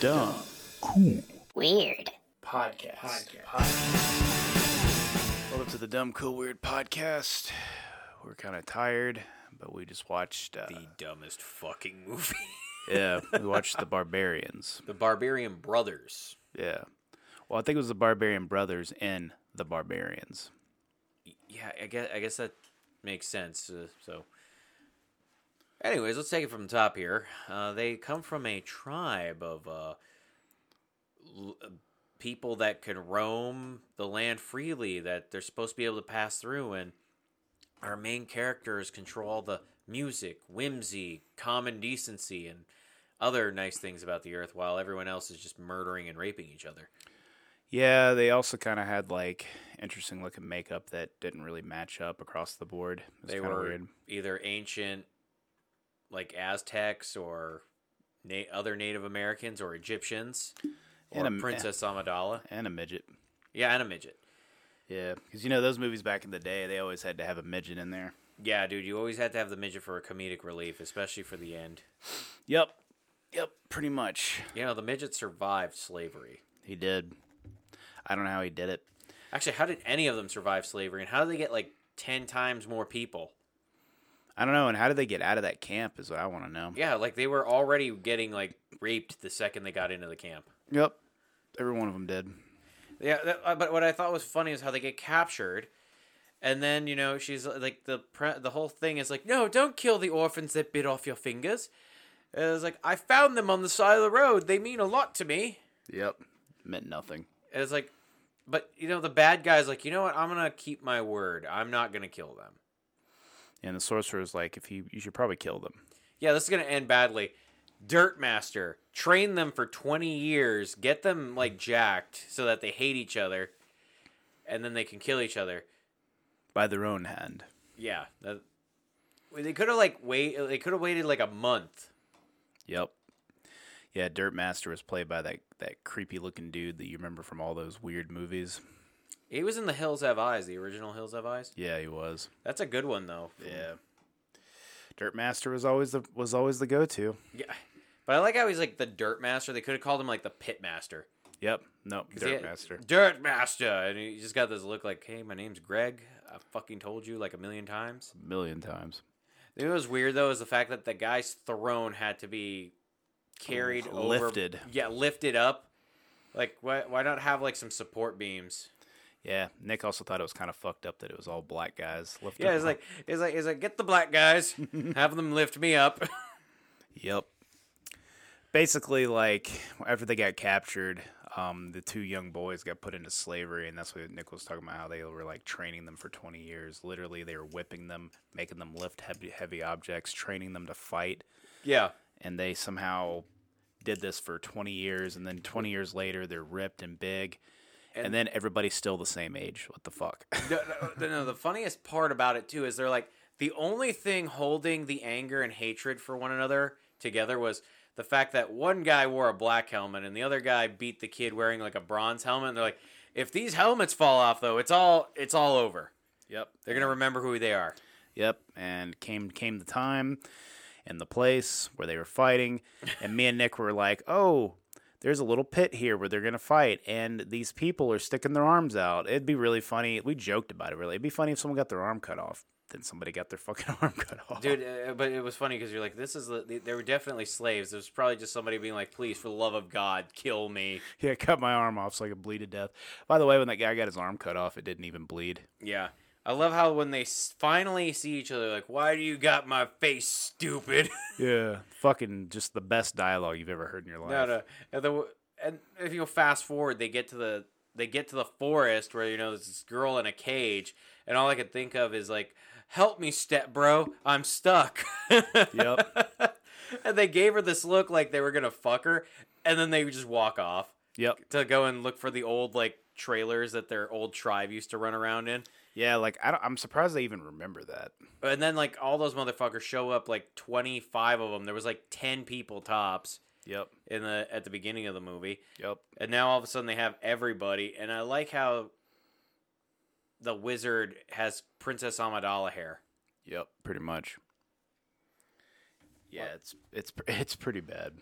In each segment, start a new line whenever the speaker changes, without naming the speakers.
dumb,
Weird.
podcast. Welcome to the Dumb Cool Weird podcast. We're kind of tired, but we just watched. Uh,
the dumbest fucking movie.
yeah, we watched The Barbarians.
the Barbarian Brothers.
Yeah. Well, I think it was The Barbarian Brothers in The Barbarians.
Yeah, I guess I guess that makes sense. Uh, so, anyways, let's take it from the top here. Uh, they come from a tribe of uh, l- uh, people that can roam the land freely. That they're supposed to be able to pass through, and our main characters control the music, whimsy, common decency, and other nice things about the earth, while everyone else is just murdering and raping each other.
Yeah, they also kind of had like interesting looking makeup that didn't really match up across the board. It was
they
kinda
were
weird.
either ancient like aztecs or na- other native americans or egyptians or
And a ma-
princess amidala
and a midget.
yeah and a midget
Yeah, because you know those movies back in the day, they always had to have a midget in there.
yeah dude you always had to have the midget for a comedic relief especially for the end
Yep, yep, pretty much.
you know the midget survived slavery
He did. I don't know how he did it.
actually how did any of them survive slavery and how did they get like 10 times more people
I don't know. And how did they get out of that camp? Is what I want to know.
yeah like they were already getting like raped the second they got into the camp
Yep. Every one of them did.
Yeah, that, uh, but what I thought was funny is how they get captured, and then you know she's uh, like the pre- the whole thing is like, no, don't kill the orphans that bit off your fingers. And it's like I found them on the side of the road. They mean a lot to me.
Yep. Meant nothing.
And it's like, but you know the bad guy's like, you know what? I'm gonna keep my word. I'm not gonna kill them.
And the sorcerer's like, if you, you should probably kill them.
Yeah, this is gonna end badly. Dirt master, train them for twenty years, get them like jacked so that they hate each other, and then they can kill each other.
By their own hand.
Yeah, that, well, they could have like wait. They could have waited like a month.
Yep. Yeah, Dirt Master was played by that, that creepy looking dude that you remember from all those weird movies.
He was in the Hills Have Eyes, the original Hills Have Eyes.
Yeah, he was.
That's a good one though.
Yeah. Dirt Master was always the was always the go to.
yeah. But I like how he's like the Dirt Master. They could have called him like the Pit Master.
Yep. No,
'Cause he
Dirt
had-
Master.
Dirt Master, and he just got this look like, "Hey, my name's Greg. I fucking told you like a million times."
A million times.
You know what was weird though is the fact that the guy's throne had to be carried
Lifted.
over, yeah, lifted up. Like, why why not have like some support beams?
Yeah, Nick also thought it was kind of fucked up that it was all black guys. Lifted
Yeah, it's
up.
like it's like it's like get the black guys, have them lift me up.
Yep. Basically, like after they got captured, um, the two young boys got put into slavery, and that's what Nick was talking about. How they were like training them for twenty years. Literally, they were whipping them, making them lift heavy, heavy objects, training them to fight,
yeah.
and they somehow did this for twenty years. And then twenty years later, they're ripped and big, and, then everybody's still the same age. What the fuck?
No, no, no, the funniest part about it too is they're like the only thing holding the anger and hatred for one another together was the fact that one guy wore a black helmet and the other guy beat the kid wearing like a bronze helmet. And they're like, if these helmets fall off though, it's all it's all over.
yep.
They're gonna remember who they are.
Yep, and came came the time and the place where they were fighting, and me and Nick were like, "Oh, there's a little pit here where they're gonna fight, and these people are sticking their arms out. It'd be really funny. We joked about it. Really, it'd be funny if someone got their arm cut off. Then somebody got their fucking arm cut off.
Dude, uh, but it was funny because you're like, this is the, they were definitely slaves. There was probably just somebody being like, please, for the love of God, kill me.
yeah, cut my arm off so I could bleed to death. By the way, when that guy got his arm cut off, it didn't even bleed.
Yeah. I love how when they s- finally see each other, like, why do you got my face, stupid?
Yeah, fucking just the best dialogue you've ever heard in your life.
no, no. And, the, and if you fast forward, they get to the they get to the forest where you know there's this girl in a cage, and all I could think of is like, "Help me, step bro, I'm stuck."
Yep.
and they gave her this look like they were gonna fuck her, and then they just walk off
Yep.
to go and look for the old like trailers that their old tribe used to run around in.
Yeah, like I don't, I'm surprised they even remember that.
And then like all those motherfuckers show up, like twenty five of them. There was like ten people tops
Yep.
in the at the beginning of the movie,
Yep.
and now all of a sudden they have everybody. And I like how the wizard has Princess Amidala hair.
Yep, pretty much. Yeah, it's it's pr- it's pretty bad.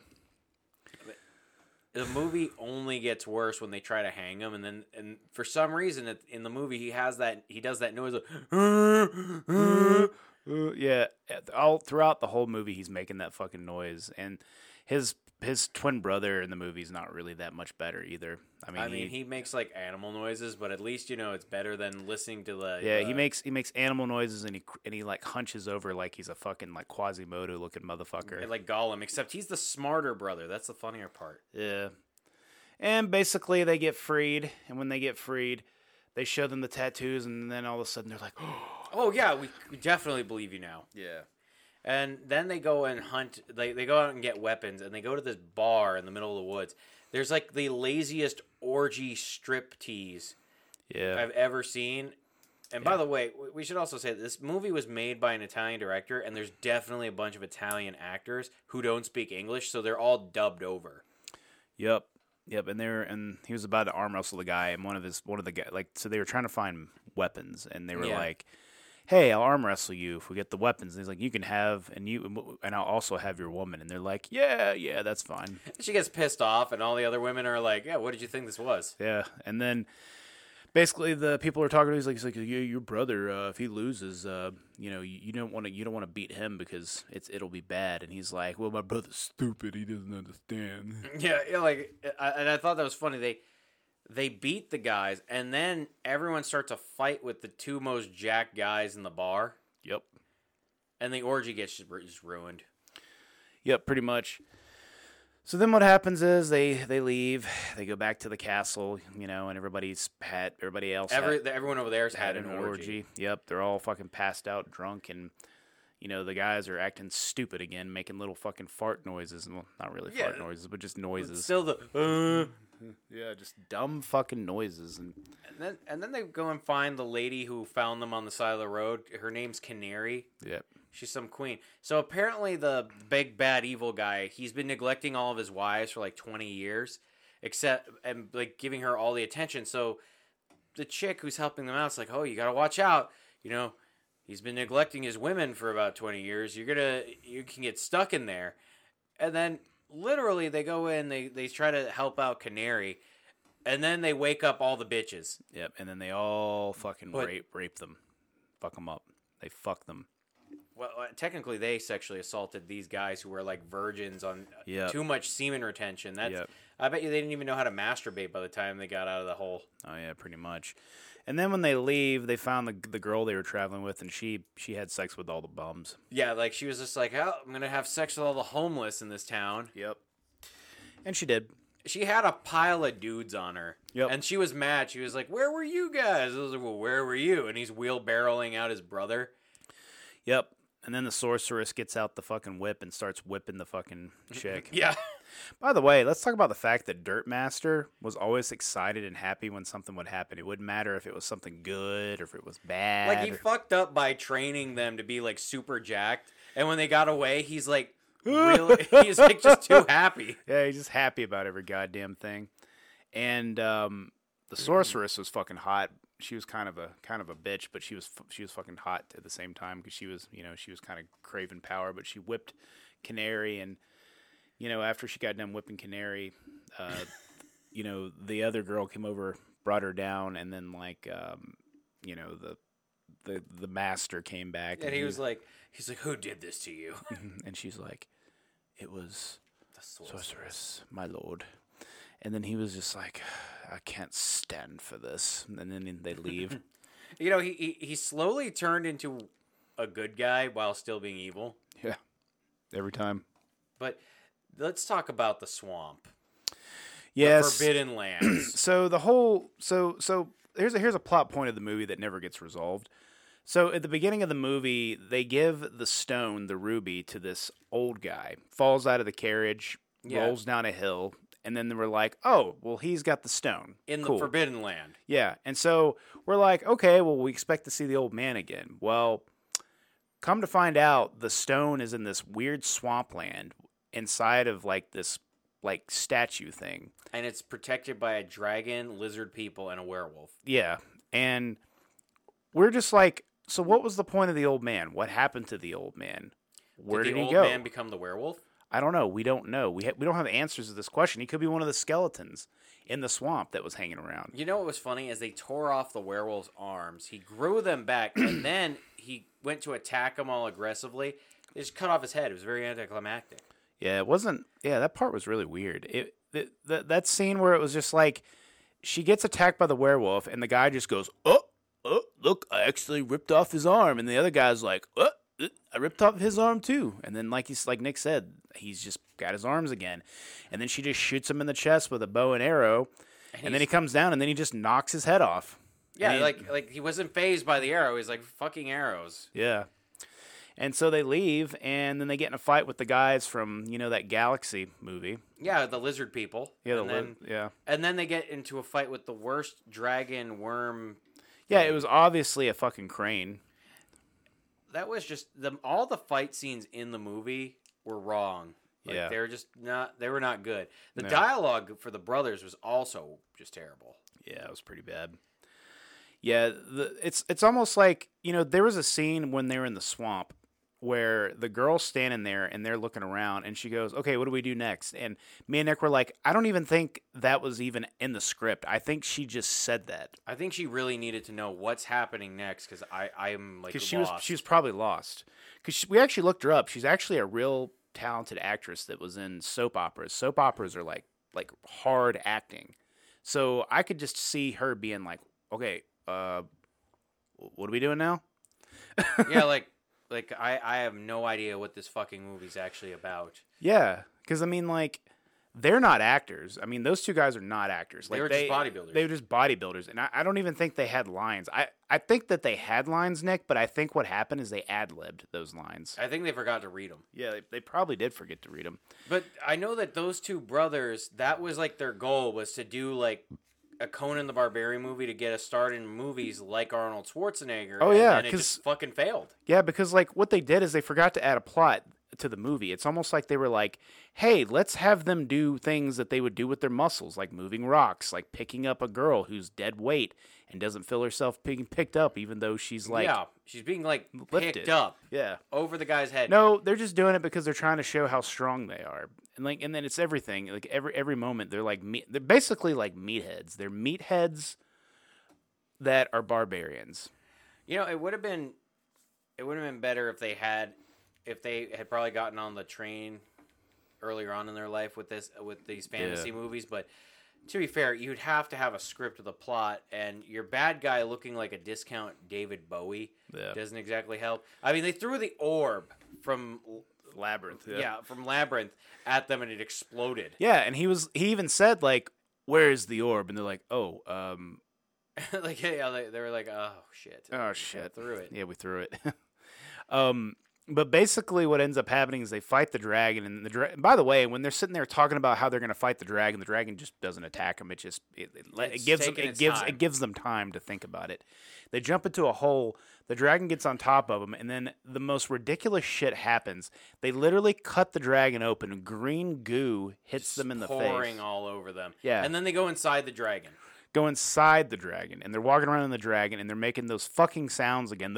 the movie only gets worse when they try to hang him, and then and for some reason it, in the movie he has that he does that noise. Of,
Ooh, Uh, yeah, at- all throughout the whole movie, he's making that fucking noise, and his his twin brother in the movie is not really that much better either. I mean,
I mean, he makes like animal noises, but at least you know it's better than listening to the.
yeah, he
uh,
makes he makes animal noises, and he cr- and he like hunches over like he's a fucking like Quasimodo looking motherfucker.
like Gollum, except he's the smarter brother. That's the funnier part.
Yeah. And basically, they get freed, and when they get freed, they show them the tattoos, and then all of a sudden they're like,
Oh yeah, we, we definitely believe you now.
"Yeah,
And then they go and hunt. They they go out and get weapons, and they go to this bar in the middle of the woods. There's like the laziest orgy strip tease
yeah,
I've ever seen. And by the way, w- we should also say that this movie was made by an Italian director, and there's definitely a bunch of Italian actors who don't speak English, so they're all dubbed over.
yep, yep." And they were, and he was about to arm wrestle the guy, and one of his one of the guy, like, so they were trying to find weapons, and they were
Yeah.
like, "Hey, I'll arm wrestle you if we get the weapons." And he's like, "You can have, and you, and I'll also have your woman." And they're like, "Yeah, yeah, that's fine."
She gets pissed off, and all the other women are like, "Yeah, what did you think this was?"
Yeah, and then basically the people are talking to. He's like, he's like, your, your brother. Uh, if he loses, uh, you know, you, you don't want to, you don't want to beat him because it's it'll be bad. And he's like, well, my brother's stupid. He doesn't understand.
Yeah, yeah, like, I, and I thought that was funny. They they beat the guys, and then everyone starts a fight with the two most jacked guys in the bar,
yep,
and the orgy gets just, ru- just ruined.
yep, pretty much. So then what happens is they they leave. They go back to the castle, you know, and everybody's had everybody else had-
Every the, everyone over there's
had an orgy. Yep, they're all fucking passed out, drunk, and you know the guys are acting stupid again, making little fucking fart noises, and well, not really
Yeah.
fart noises, but just noises.
Still the uh,
yeah, just dumb fucking noises, and
and then and then they go and find the lady who found them on the side of the road. Her name's Canary.
yep,
She's some queen. So apparently, the big bad evil guy, he's been neglecting all of his wives for like 20 years, except and like giving her all the attention. So the chick who's helping them out is like, "Oh, you gotta watch out. You know, he's been neglecting his women for about 20 years. You're gonna you can get stuck in there." And then literally, they go in, they they try to help out Canary, and then they wake up all the bitches.
yep, and then they all fucking
But-
rape rape them, fuck them up. They fuck them.
Well, uh, technically, they sexually assaulted these guys who were like virgins on uh,
Yep.
too much semen retention. That's
Yep.
I bet you they didn't even know how to masturbate by the time they got out of the hole.
Oh yeah, pretty much. And then when they leave, they found the the girl they were traveling with, and she she had sex with all the bums.
Yeah, like she was just like, "Oh, I'm gonna have sex with all the homeless in this town."
Yep, and she did.
She had a pile of dudes on her.
Yep.
and she was mad. She was like, "Where were you guys?" I was like, "Well, where were you?" And he's wheelbarrowing out his brother.
Yep. And then the sorceress gets out the fucking whip and starts whipping the fucking chick.
Yeah,
By the way, let's talk about the fact that Dirtmaster was always excited and happy when something would happen. It wouldn't matter if it was something good or if it was bad.
like he
or-
fucked up by training them to be like super jacked, and when they got away, he's like, really, he's like just too happy.
yeah, he's just happy about every goddamn thing. And um, the sorceress was fucking hot. She was kind of a kind of a bitch, but she was fu- she was fucking hot at the same time because she was you know she was kind of craving power. But she whipped Canary, and you know after she got done whipping Canary, uh, you know the other girl came over, brought her down, and then like um, you know the the the master came back,
And he was like, he's like, who did this to you?
and she's like, it was
The sorcerer.
sorceress, my lord. And then he was just like, I can't stand for this. And then they leave.
You know, he, he he slowly turned into a good guy while still being evil.
yeah. Every time.
But let's talk about the swamp,
Yes.
Forbidden Lands.
So the whole so so here's a here's a plot point of the movie that never gets resolved. So at the beginning of the movie, they give the stone, the ruby, to this old guy. Falls out of the carriage,
Yeah.
rolls down a hill, and then they were like, "Oh, well, he's got the stone
In
Cool.
the Forbidden Land,
Yeah. And so we're like, okay, well, we expect to see the old man again. Well, come to find out, the stone is in this weird swampland inside of like this like statue thing.
and it's protected by a dragon, lizard people, and a werewolf.
Yeah. And we're just like, so what was the point of the old man? What happened to the old man? Where
the
did, he
old
go?
man become the werewolf?
I don't know. We don't know. We ha- we don't have answers to this question. He could be one of the skeletons in the swamp that was hanging around.
You know what was funny is they tore off the werewolf's arms. He grew them back, and then he went to attack them all aggressively. They just cut off his head. It was very anticlimactic.
Yeah, it wasn't. Yeah, that part was really weird. It th- th- that scene where it was just like she gets attacked by the werewolf, and the guy just goes, "Oh, oh, look, I actually ripped off his arm," and the other guy's like, "Oh, uh, I ripped off his arm too." And then, like he's like Nick said, he's just got his arms again, and then she just shoots him in the chest with a bow and arrow, and, then he comes down, and then he just knocks his head off.
Yeah,
And he-
like like he wasn't phased by the arrow. He's like fucking arrows.
Yeah. And so they leave, and then they get in a fight with the guys from you know that Galaxy movie.
Yeah, the lizard people.
Yeah, the
and
li-
then,
yeah,
and then they get into a fight with the worst dragon worm.
yeah. It was obviously a fucking crane.
That was just the all the fight scenes in the movie were wrong. Like,
Yeah.
they were just not. They were not good. The
No.
dialogue for the brothers was also just terrible.
Yeah, it was pretty bad. Yeah, the, it's it's almost like you know there was a scene when they were in the swamp where the girl's standing there and they're looking around and she goes, "Okay, what do we do next?" And me and Nick were like, "I don't even think that was even in the script. I think she just said that
I think she really needed to know what's happening next because I I'm like
because she was
lost.
she was probably lost because we actually looked her up. She's actually a real talented actress that was in soap operas. Soap operas are like like hard acting, so I could just see her being like, okay, uh, what are we doing now?
yeah like like I I have no idea what this fucking movie's actually about.
Yeah, because I mean, like, they're not actors. I mean, those two guys are not actors.
They
Like,
were just bodybuilders.
They were just bodybuilders, and I, I don't even think they had lines. I I think that they had lines, Nick, but I think what happened is they ad libbed those lines.
I think they forgot to read them.
Yeah, they, they probably did forget to read them.
But I know that those two brothers, that was like their goal was to do like a Conan the Barbarian movie to get a start in movies like Arnold Schwarzenegger.
Oh,
and
yeah,
then it just
'cause-
fucking failed.
Yeah, because like what they did is they forgot to add a plot to the movie. It's almost like they were like, "Hey, let's have them do things that they would do with their muscles, like moving rocks, like picking up a girl who's dead weight and doesn't feel herself being picked up, even though she's like
yeah, she's being like
lifted
picked up
Yeah.
over the guy's head.
No, they're just doing it because they're trying to show how strong they are, and like, and then it's everything. Like every every moment, they're like meat. They're basically like meatheads. They're meatheads that are barbarians.
You know, it would have been it would have been better if they had if they had probably gotten on the train earlier on in their life with this with these fantasy movies, but to be fair, you'd have to have a script with a plot and your bad guy looking like a discount David Bowie
Yeah.
doesn't exactly help. I mean, they threw the orb from
Labyrinth.
yeah. from Labyrinth at them and it exploded.
Yeah, and he was he even said like, "Where is the orb?" And they're like, "Oh, um,
like yeah, they, they were like, "Oh shit."
oh shit,
threw it.
Yeah, we threw it. um, but basically, what ends up happening is they fight the dragon, and the dra- by the way, when they're sitting there talking about how they're going to fight the dragon, the dragon just doesn't attack them. It just it, it, let- it
It's
gives them,
taking
it
its
gives
time.
it gives them time to think about it. They jump into a hole. The dragon gets on top of them, and then the most ridiculous shit happens. They literally cut the dragon open. Green goo hits them in the face.
pouring all over them.
Yeah.
And then they go inside the dragon.
go inside the dragon and they're walking around in the dragon and they're making those fucking sounds again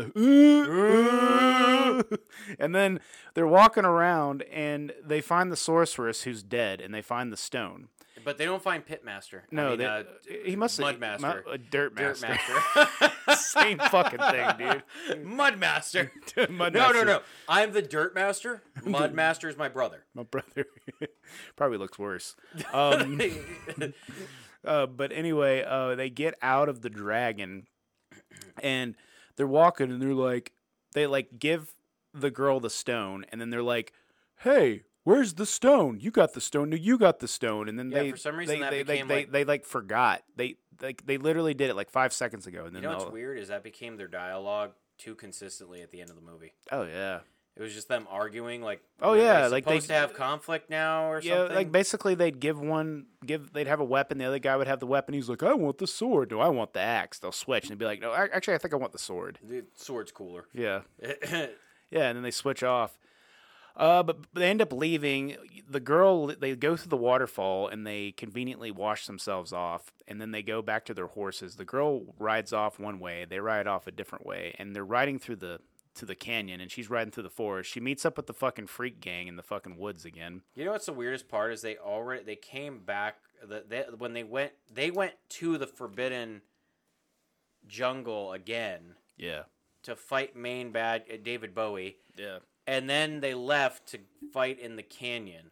the and then they're walking around and they find the sorceress who's dead and they find the stone
But they don't find Pitmaster.
no
I mean,
they,
uh,
he must have
Mudmaster.
mu- uh, dirt
Dirt
master,
Master.
same fucking thing dude
Mud Master.
Mud
no, no,
Master.
no. I'm the Dirt Master. Mud Master is my brother.
my brother probably looks worse um Uh, but anyway, uh, they get out of the dragon, and they're walking, and they're like, they like give the girl the stone, and then they're like, "Hey, where's the stone? You got the stone. No, you got the stone." And then
Yeah,
they,
for some reason
they,
that
they,
became,
they,
like-
they, they like forgot. They like they literally did it like five seconds ago, and then
you know
they'll-
what's weird is that became their dialogue too consistently at the end of the movie.
oh yeah,
It was just them arguing, like,
Oh,
were they
yeah, like, they-
supposed to have conflict now or
yeah.
something.
Like basically, they'd give one, give they'd have a weapon. The other guy would have the weapon. He's like, "I want the sword. Do I want the axe?" They'll switch, and they'd be like, "No, ac- actually, I think I want the sword."
the sword's cooler.
Yeah. Yeah, and then they switch off. Uh, but but they end up leaving. The girl, they go through the waterfall and they conveniently wash themselves off, and then they go back to their horses. The girl rides off one way, they ride off a different way, and they're riding through the to the canyon and she's riding through the forest. She meets up with the fucking freak gang in the fucking woods again.
You know what's the weirdest part is they already they came back the, they, when they went they went to the forbidden jungle again
Yeah.
to fight main bad uh, David Bowie
Yeah.
and then they left to fight in the canyon.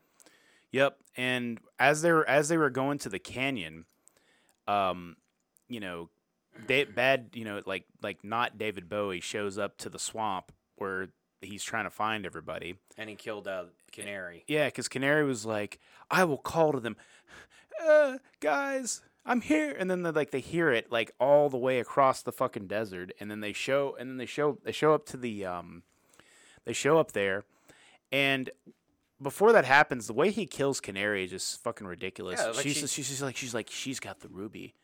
Yep. And as they were as they were going to the canyon, um, you know, da- bad, you know, like like not David Bowie shows up to the swamp where he's trying to find everybody.
And he killed uh, Canary.
Yeah, because Canary was like, "I will call to them, uh, guys, I'm here." And then they like they hear it like all the way across the fucking desert, and then they show and then they show they show up to the um, they show up there, and before that happens, the way he kills Canary is just fucking ridiculous.
Yeah, like
she's,
she-
just, she's just like she's like she's got the ruby,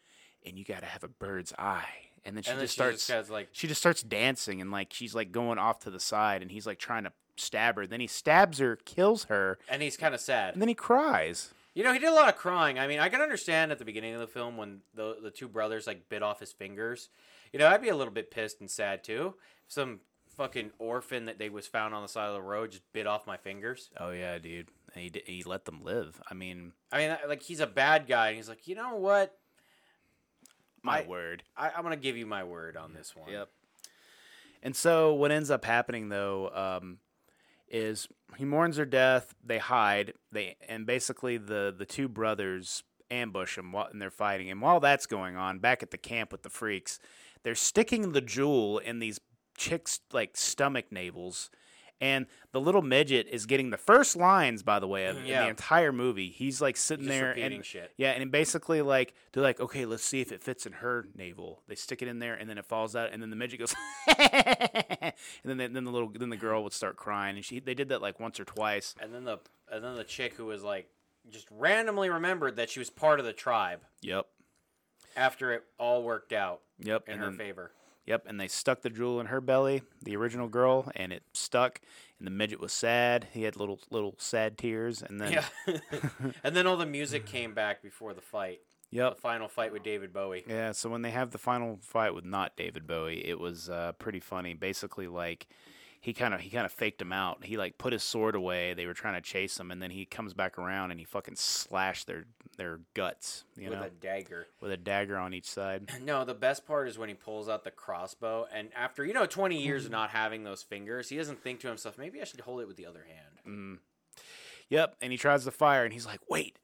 and you got to have a bird's eye, and then she
and then
just
she
starts
just has like
she just starts dancing and like she's like going off to the side and he's like trying to stab her then he stabs her kills her
and he's kind of sad.
and then he cries
You know, he did a lot of crying. I mean, I can understand at the beginning of the film when the the two brothers like bit off his fingers. You know, I'd be a little bit pissed and sad too. Some fucking orphan that they was found on the side of the road just bit off my fingers.
oh yeah dude and he, d- he let them live i mean
I mean, like he's a bad guy, and he's like, you know what?
my
I-
word
I, I'm gonna give you my word on this one.
and so what ends up happening though um, is he mourns her death they hide they and basically the the two brothers ambush him while, and they're fighting and while that's going on back at the camp with the freaks they're sticking the jewel in these chicks like stomach navels and the little midget is getting the first lines by the way of in
Yeah.
the entire movie he's like sitting
He's just
there
repeating
and
shit.
yeah, and it basically like they're like, okay, let's see if it fits in her navel. They stick it in there, and then it falls out, and then the midget goes, and then then the little then the girl would start crying, and she they did that like once or twice.
And then the and then the chick who was like just randomly remembered that she was part of the tribe
Yep,
after it all worked out
yep,
in
and
her
then-
favor.
Yep, and they stuck the jewel in her belly, the original girl, and it stuck. And the midget was sad. He had little little sad tears, and then
Yeah. and then all the music came back before the fight.
yep.
the final fight with David Bowie.
Yeah, so when they have the final fight with not David Bowie, it was uh, pretty funny. Basically, like he kind of he kind of faked him out. He like put his sword away. They were trying to chase him, and then he comes back around and he fucking slashed their their guts, you
with
know,
a dagger.
with a dagger on each side.
No, the best part is when he pulls out the crossbow, and after you know twenty years of not having those fingers, he doesn't think to himself, "Maybe I should hold it with the other hand."
Yep, and he tries to fire, and he's like, "Wait,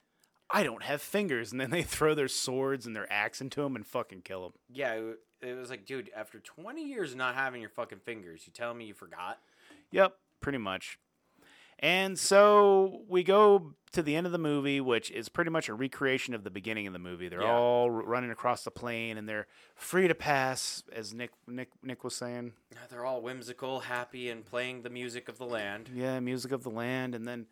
I don't have fingers." And then they throw their swords and their axe into him and fucking kill him.
Yeah, it, it was like, dude, after twenty years of not having your fucking fingers, you tell me you forgot?
Yep, pretty much. And so we go to the end of the movie, which is pretty much a recreation of the beginning of the movie. They're
Yeah.
all r- running across the plain, and they're free to pass, as Nick Nick Nick was saying.
Now They're all whimsical, happy, and playing the music of the land.
Yeah, music of the land, and then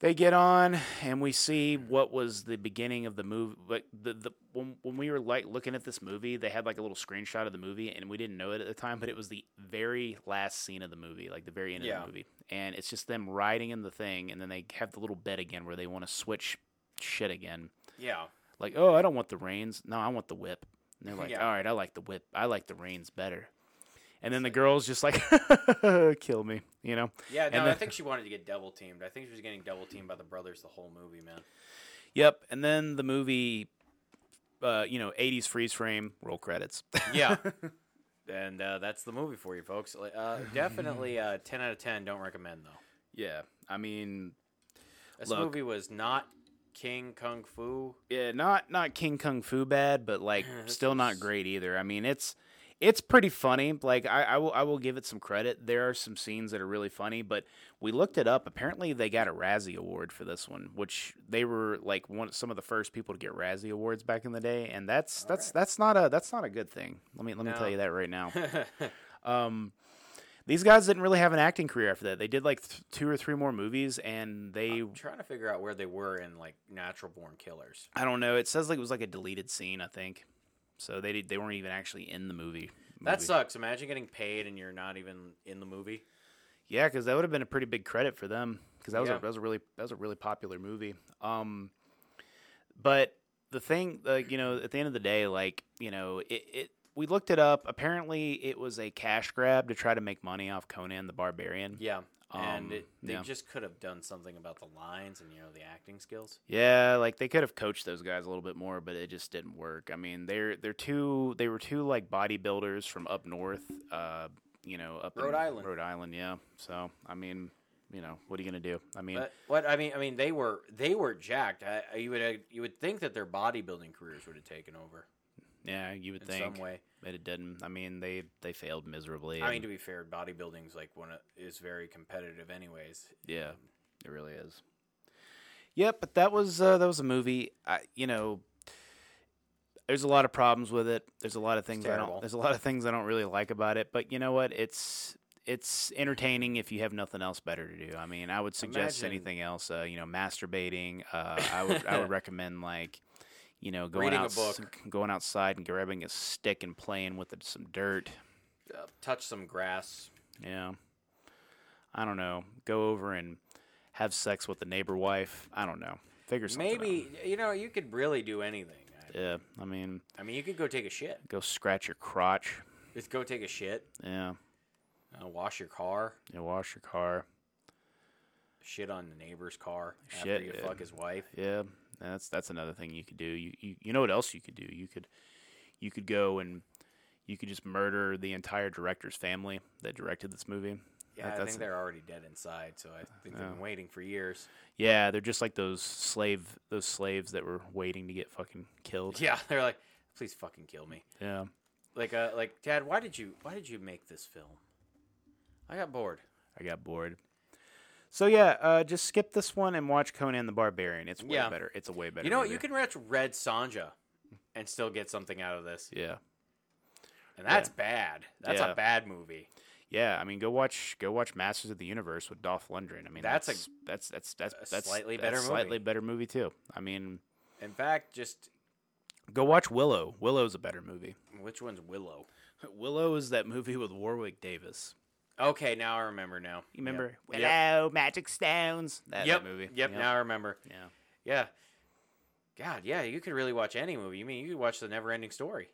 they get on, and we see what was the beginning of the movie. Like the, the when when we were like looking at this movie, they had like a little screenshot of the movie, and we didn't know it at the time, but it was the very last scene of the movie, like the very end of
Yeah.
the movie, and it's just them riding in the thing, and then they have the little bit again where they want to switch shit again.
Yeah,
Like, oh, I don't want the reins. No, I want the whip. And they're like,
Yeah.
all right, I like the whip. I like the reins better. And then the girl's just like, kill me, you know.
yeah. No,
And
I
then-
think she wanted to get double teamed. I think she was getting double teamed by the brothers the whole movie, man.
Yep. And then the movie, uh, you know, 80s freeze frame, roll credits.
Yeah. and uh, that's the movie for you, folks. Uh, definitely uh, 10 out of 10. Don't recommend, though.
yeah. I mean,
This
Look.
movie was not King Kung Fu.
yeah, not not King Kung Fu bad, but like
This
still not
was-
great either. I mean, it's it's pretty funny. Like I, I will I will give it some credit. There are some scenes that are really funny, but we looked it up. Apparently, they got a Razzie award for this one, which they were like one some of the first people to get Razzie awards back in the day, and that's that's that's not a that's not a good thing. Let me let me
No.
tell you that right now. Um, these guys didn't really have an acting career after that. They did like th- two or three more movies, and they
I'm trying to figure out where they were in, like, Natural Born Killers.
I don't know. It says like it was like a deleted scene, I think. So they did, they weren't even actually in the movie.
That
movie.
sucks. Imagine getting paid and you're not even in the movie.
yeah, because that would have been a pretty big credit for them because that was
Yeah.
a, that was a really that was a really popular movie. Um, but the thing, like you know, at the end of the day, like you know, it, it we looked it up. Apparently, it was a cash grab to try to make money off Conan the Barbarian.
Yeah. And
Um,
it, they
yeah.
just could have done something about the lines and you know the acting skills.
Yeah, like they could have coached those guys a little bit more, but it just didn't work. I mean, they're they're two they were two like bodybuilders from up north, uh, you know, up
Rhode
in
Island.
Rhode Island, yeah. So I mean, you know, what are you gonna do? I mean,
But what I mean, I mean, they were they were jacked. I, I- you would uh, you would think that their bodybuilding careers would have taken over
yeah, you would
in
think,
some way.
but it didn't. I mean, they they failed miserably.
I mean,
and-
to be fair, bodybuilding's like one of, is very competitive, anyways.
yeah, it really is. Yep, but that was uh, that was a movie. I, you know, there's a lot of problems with it. There's a lot of things I
terrible.
don't. There's a lot of things I don't really like about it. But you know what? It's it's entertaining if you have nothing else better to do. I mean, I would suggest
Imagine-
anything else. Uh, you know, masturbating. Uh, I would I would recommend like. You know, going
Reading a
out,
book.
going outside and grabbing a stick and playing with it, some dirt.
Uh, touch some grass.
Yeah. I don't know. Go over and have sex with the neighbor wife. I don't know. Figure something out.
Maybe you know you could really do anything. I,
Yeah. I mean,
I mean, you could go take a shit.
go scratch your crotch.
Just go take a shit.
Yeah.
Uh, wash your car.
You wash your car.
Shit on the neighbor's car
Shit,
after you
yeah.
fuck his wife.
Yeah. That's that's another thing you could do. You, you you know what else you could do? You could you could go and you could just murder the entire director's family that directed this movie.
Yeah, I
that's-
think they're already dead inside, so I think they've been waiting for years.
Yeah, they're just like those slave those slaves that were waiting to get fucking killed.
Yeah, they're like, please fucking kill me.
Yeah.
Like, uh, like Dad, why did you why did you make this film? I got bored.
I got bored. So yeah, uh, just skip this one and watch Conan the Barbarian. It's way
Yeah.
better. It's a way better.
You know what?
movie.
You can watch Red Sanja, and still get something out of this,
Yeah,
and that's bad. That's
Yeah.
a bad movie.
yeah. I mean, go watch go watch Masters of the Universe with Dolph Lundgren. I mean,
That's
that's
a-
a that's that's that's,
a
that's
slightly
that's
better movie.
slightly better movie too. I mean,
In fact, just
go watch Willow. Willow's a better movie.
which one's Willow?
Willow is that movie with Warwick Davis.
Okay, now I remember. Now
You remember
Yep. Yep.
Willow, Magic Stones? That,
Yep.
that movie.
Yep. Now I remember.
Yeah.
Yeah. God, yeah, you could really watch any movie. You mean you could watch the Never Ending Story,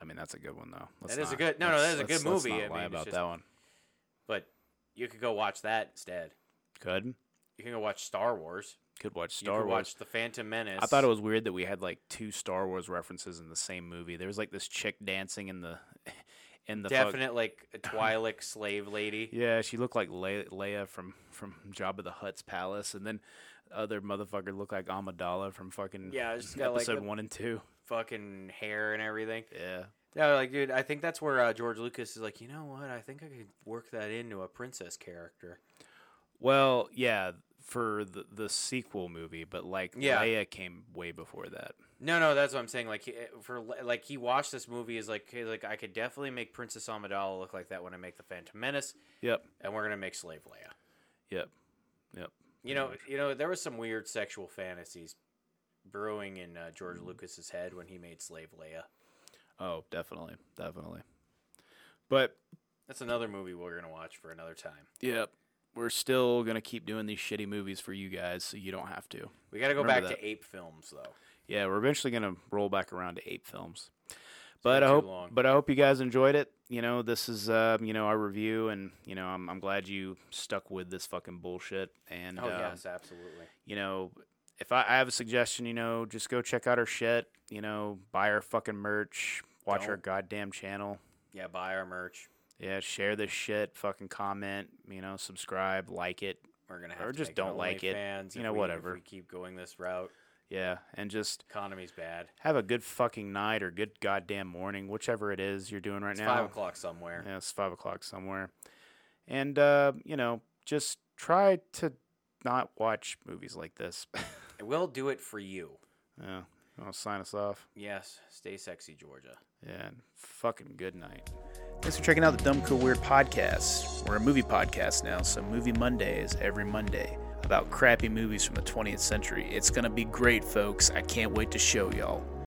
I mean, that's a good one though. Let's
That is a
not-
good- no, no,
let's-
that is a
let's-
good
let's
movie.
not
I
lie
mean, it's
about
just-
that one.
but you could go watch that instead.
Could
You can go watch Star Wars.
could watch
You
Star
could
Wars.
watch The Phantom Menace.
I thought it was weird that we had like two Star Wars references in the same movie. There was like this chick dancing in the in the fuck-
definite like a Twi'lek slave lady.
yeah, she looked like Le- Leia from from Jabba the Hutt's palace, and then other motherfucker looked like Amidala from fucking
Yeah, it's got, like,
episode
the-
one and two.
Fucking hair and everything.
Yeah,
Yeah, like dude, I think that's where uh, George Lucas is like, you know what? I think I could work that into a princess character.
well, yeah, for the the sequel movie, but like
Yeah.
Leia came way before that.
No, no, that's what I'm saying. Like he, eh, for like he watched this movie is like, hey, like I could definitely make Princess Amidala look like that when I make the Phantom Menace,
Yep,
and we're gonna make Slave Leia.
yep, yep.
You know, you know, there was some weird sexual fantasies brewing in uh, George
Mm-hmm.
Lucas's head when he made Slave Leia.
Oh, definitely, definitely. But
That's another movie we're gonna watch for another time.
Yep. We're still gonna keep doing these shitty movies for you guys, so you don't have to.
We gotta go
Remember
back
that.
to ape films though.
Yeah, we're eventually gonna roll back around to eight films. But I
too
hope,
long.
but I hope you guys enjoyed it. You know, this is uh, you know our review, and you know I'm I'm glad you stuck with this fucking bullshit. And
Oh
uh,
yes, absolutely.
you know, if I, I have a suggestion, you know, just go check out our shit. You know, buy our fucking merch, watch our
Don't.
goddamn channel.
Yeah, buy our merch.
Yeah, share this shit, fucking comment. You know, subscribe, like it,
We're gonna have
Or
to
just
make
don't like it.
Fans.
You know, whatever.
If we keep going this route,
yeah, and just
economy's bad.
have a good fucking night or good goddamn morning, whichever it is you're doing right
It's
now.
five o'clock somewhere.
Yeah, it's five o'clock somewhere. And uh, you know, just try to not watch movies like this.
We'll do it for you.
yeah, I'll sign us off.
Yes, stay sexy, Georgia.
Yeah, and fucking good night. Thanks for checking out the Dumb Cool Weird podcast. We're a movie podcast now, so Movie Monday is every Monday about crappy movies from the 20th century. It's gonna be great, folks. I can't wait to show y'all.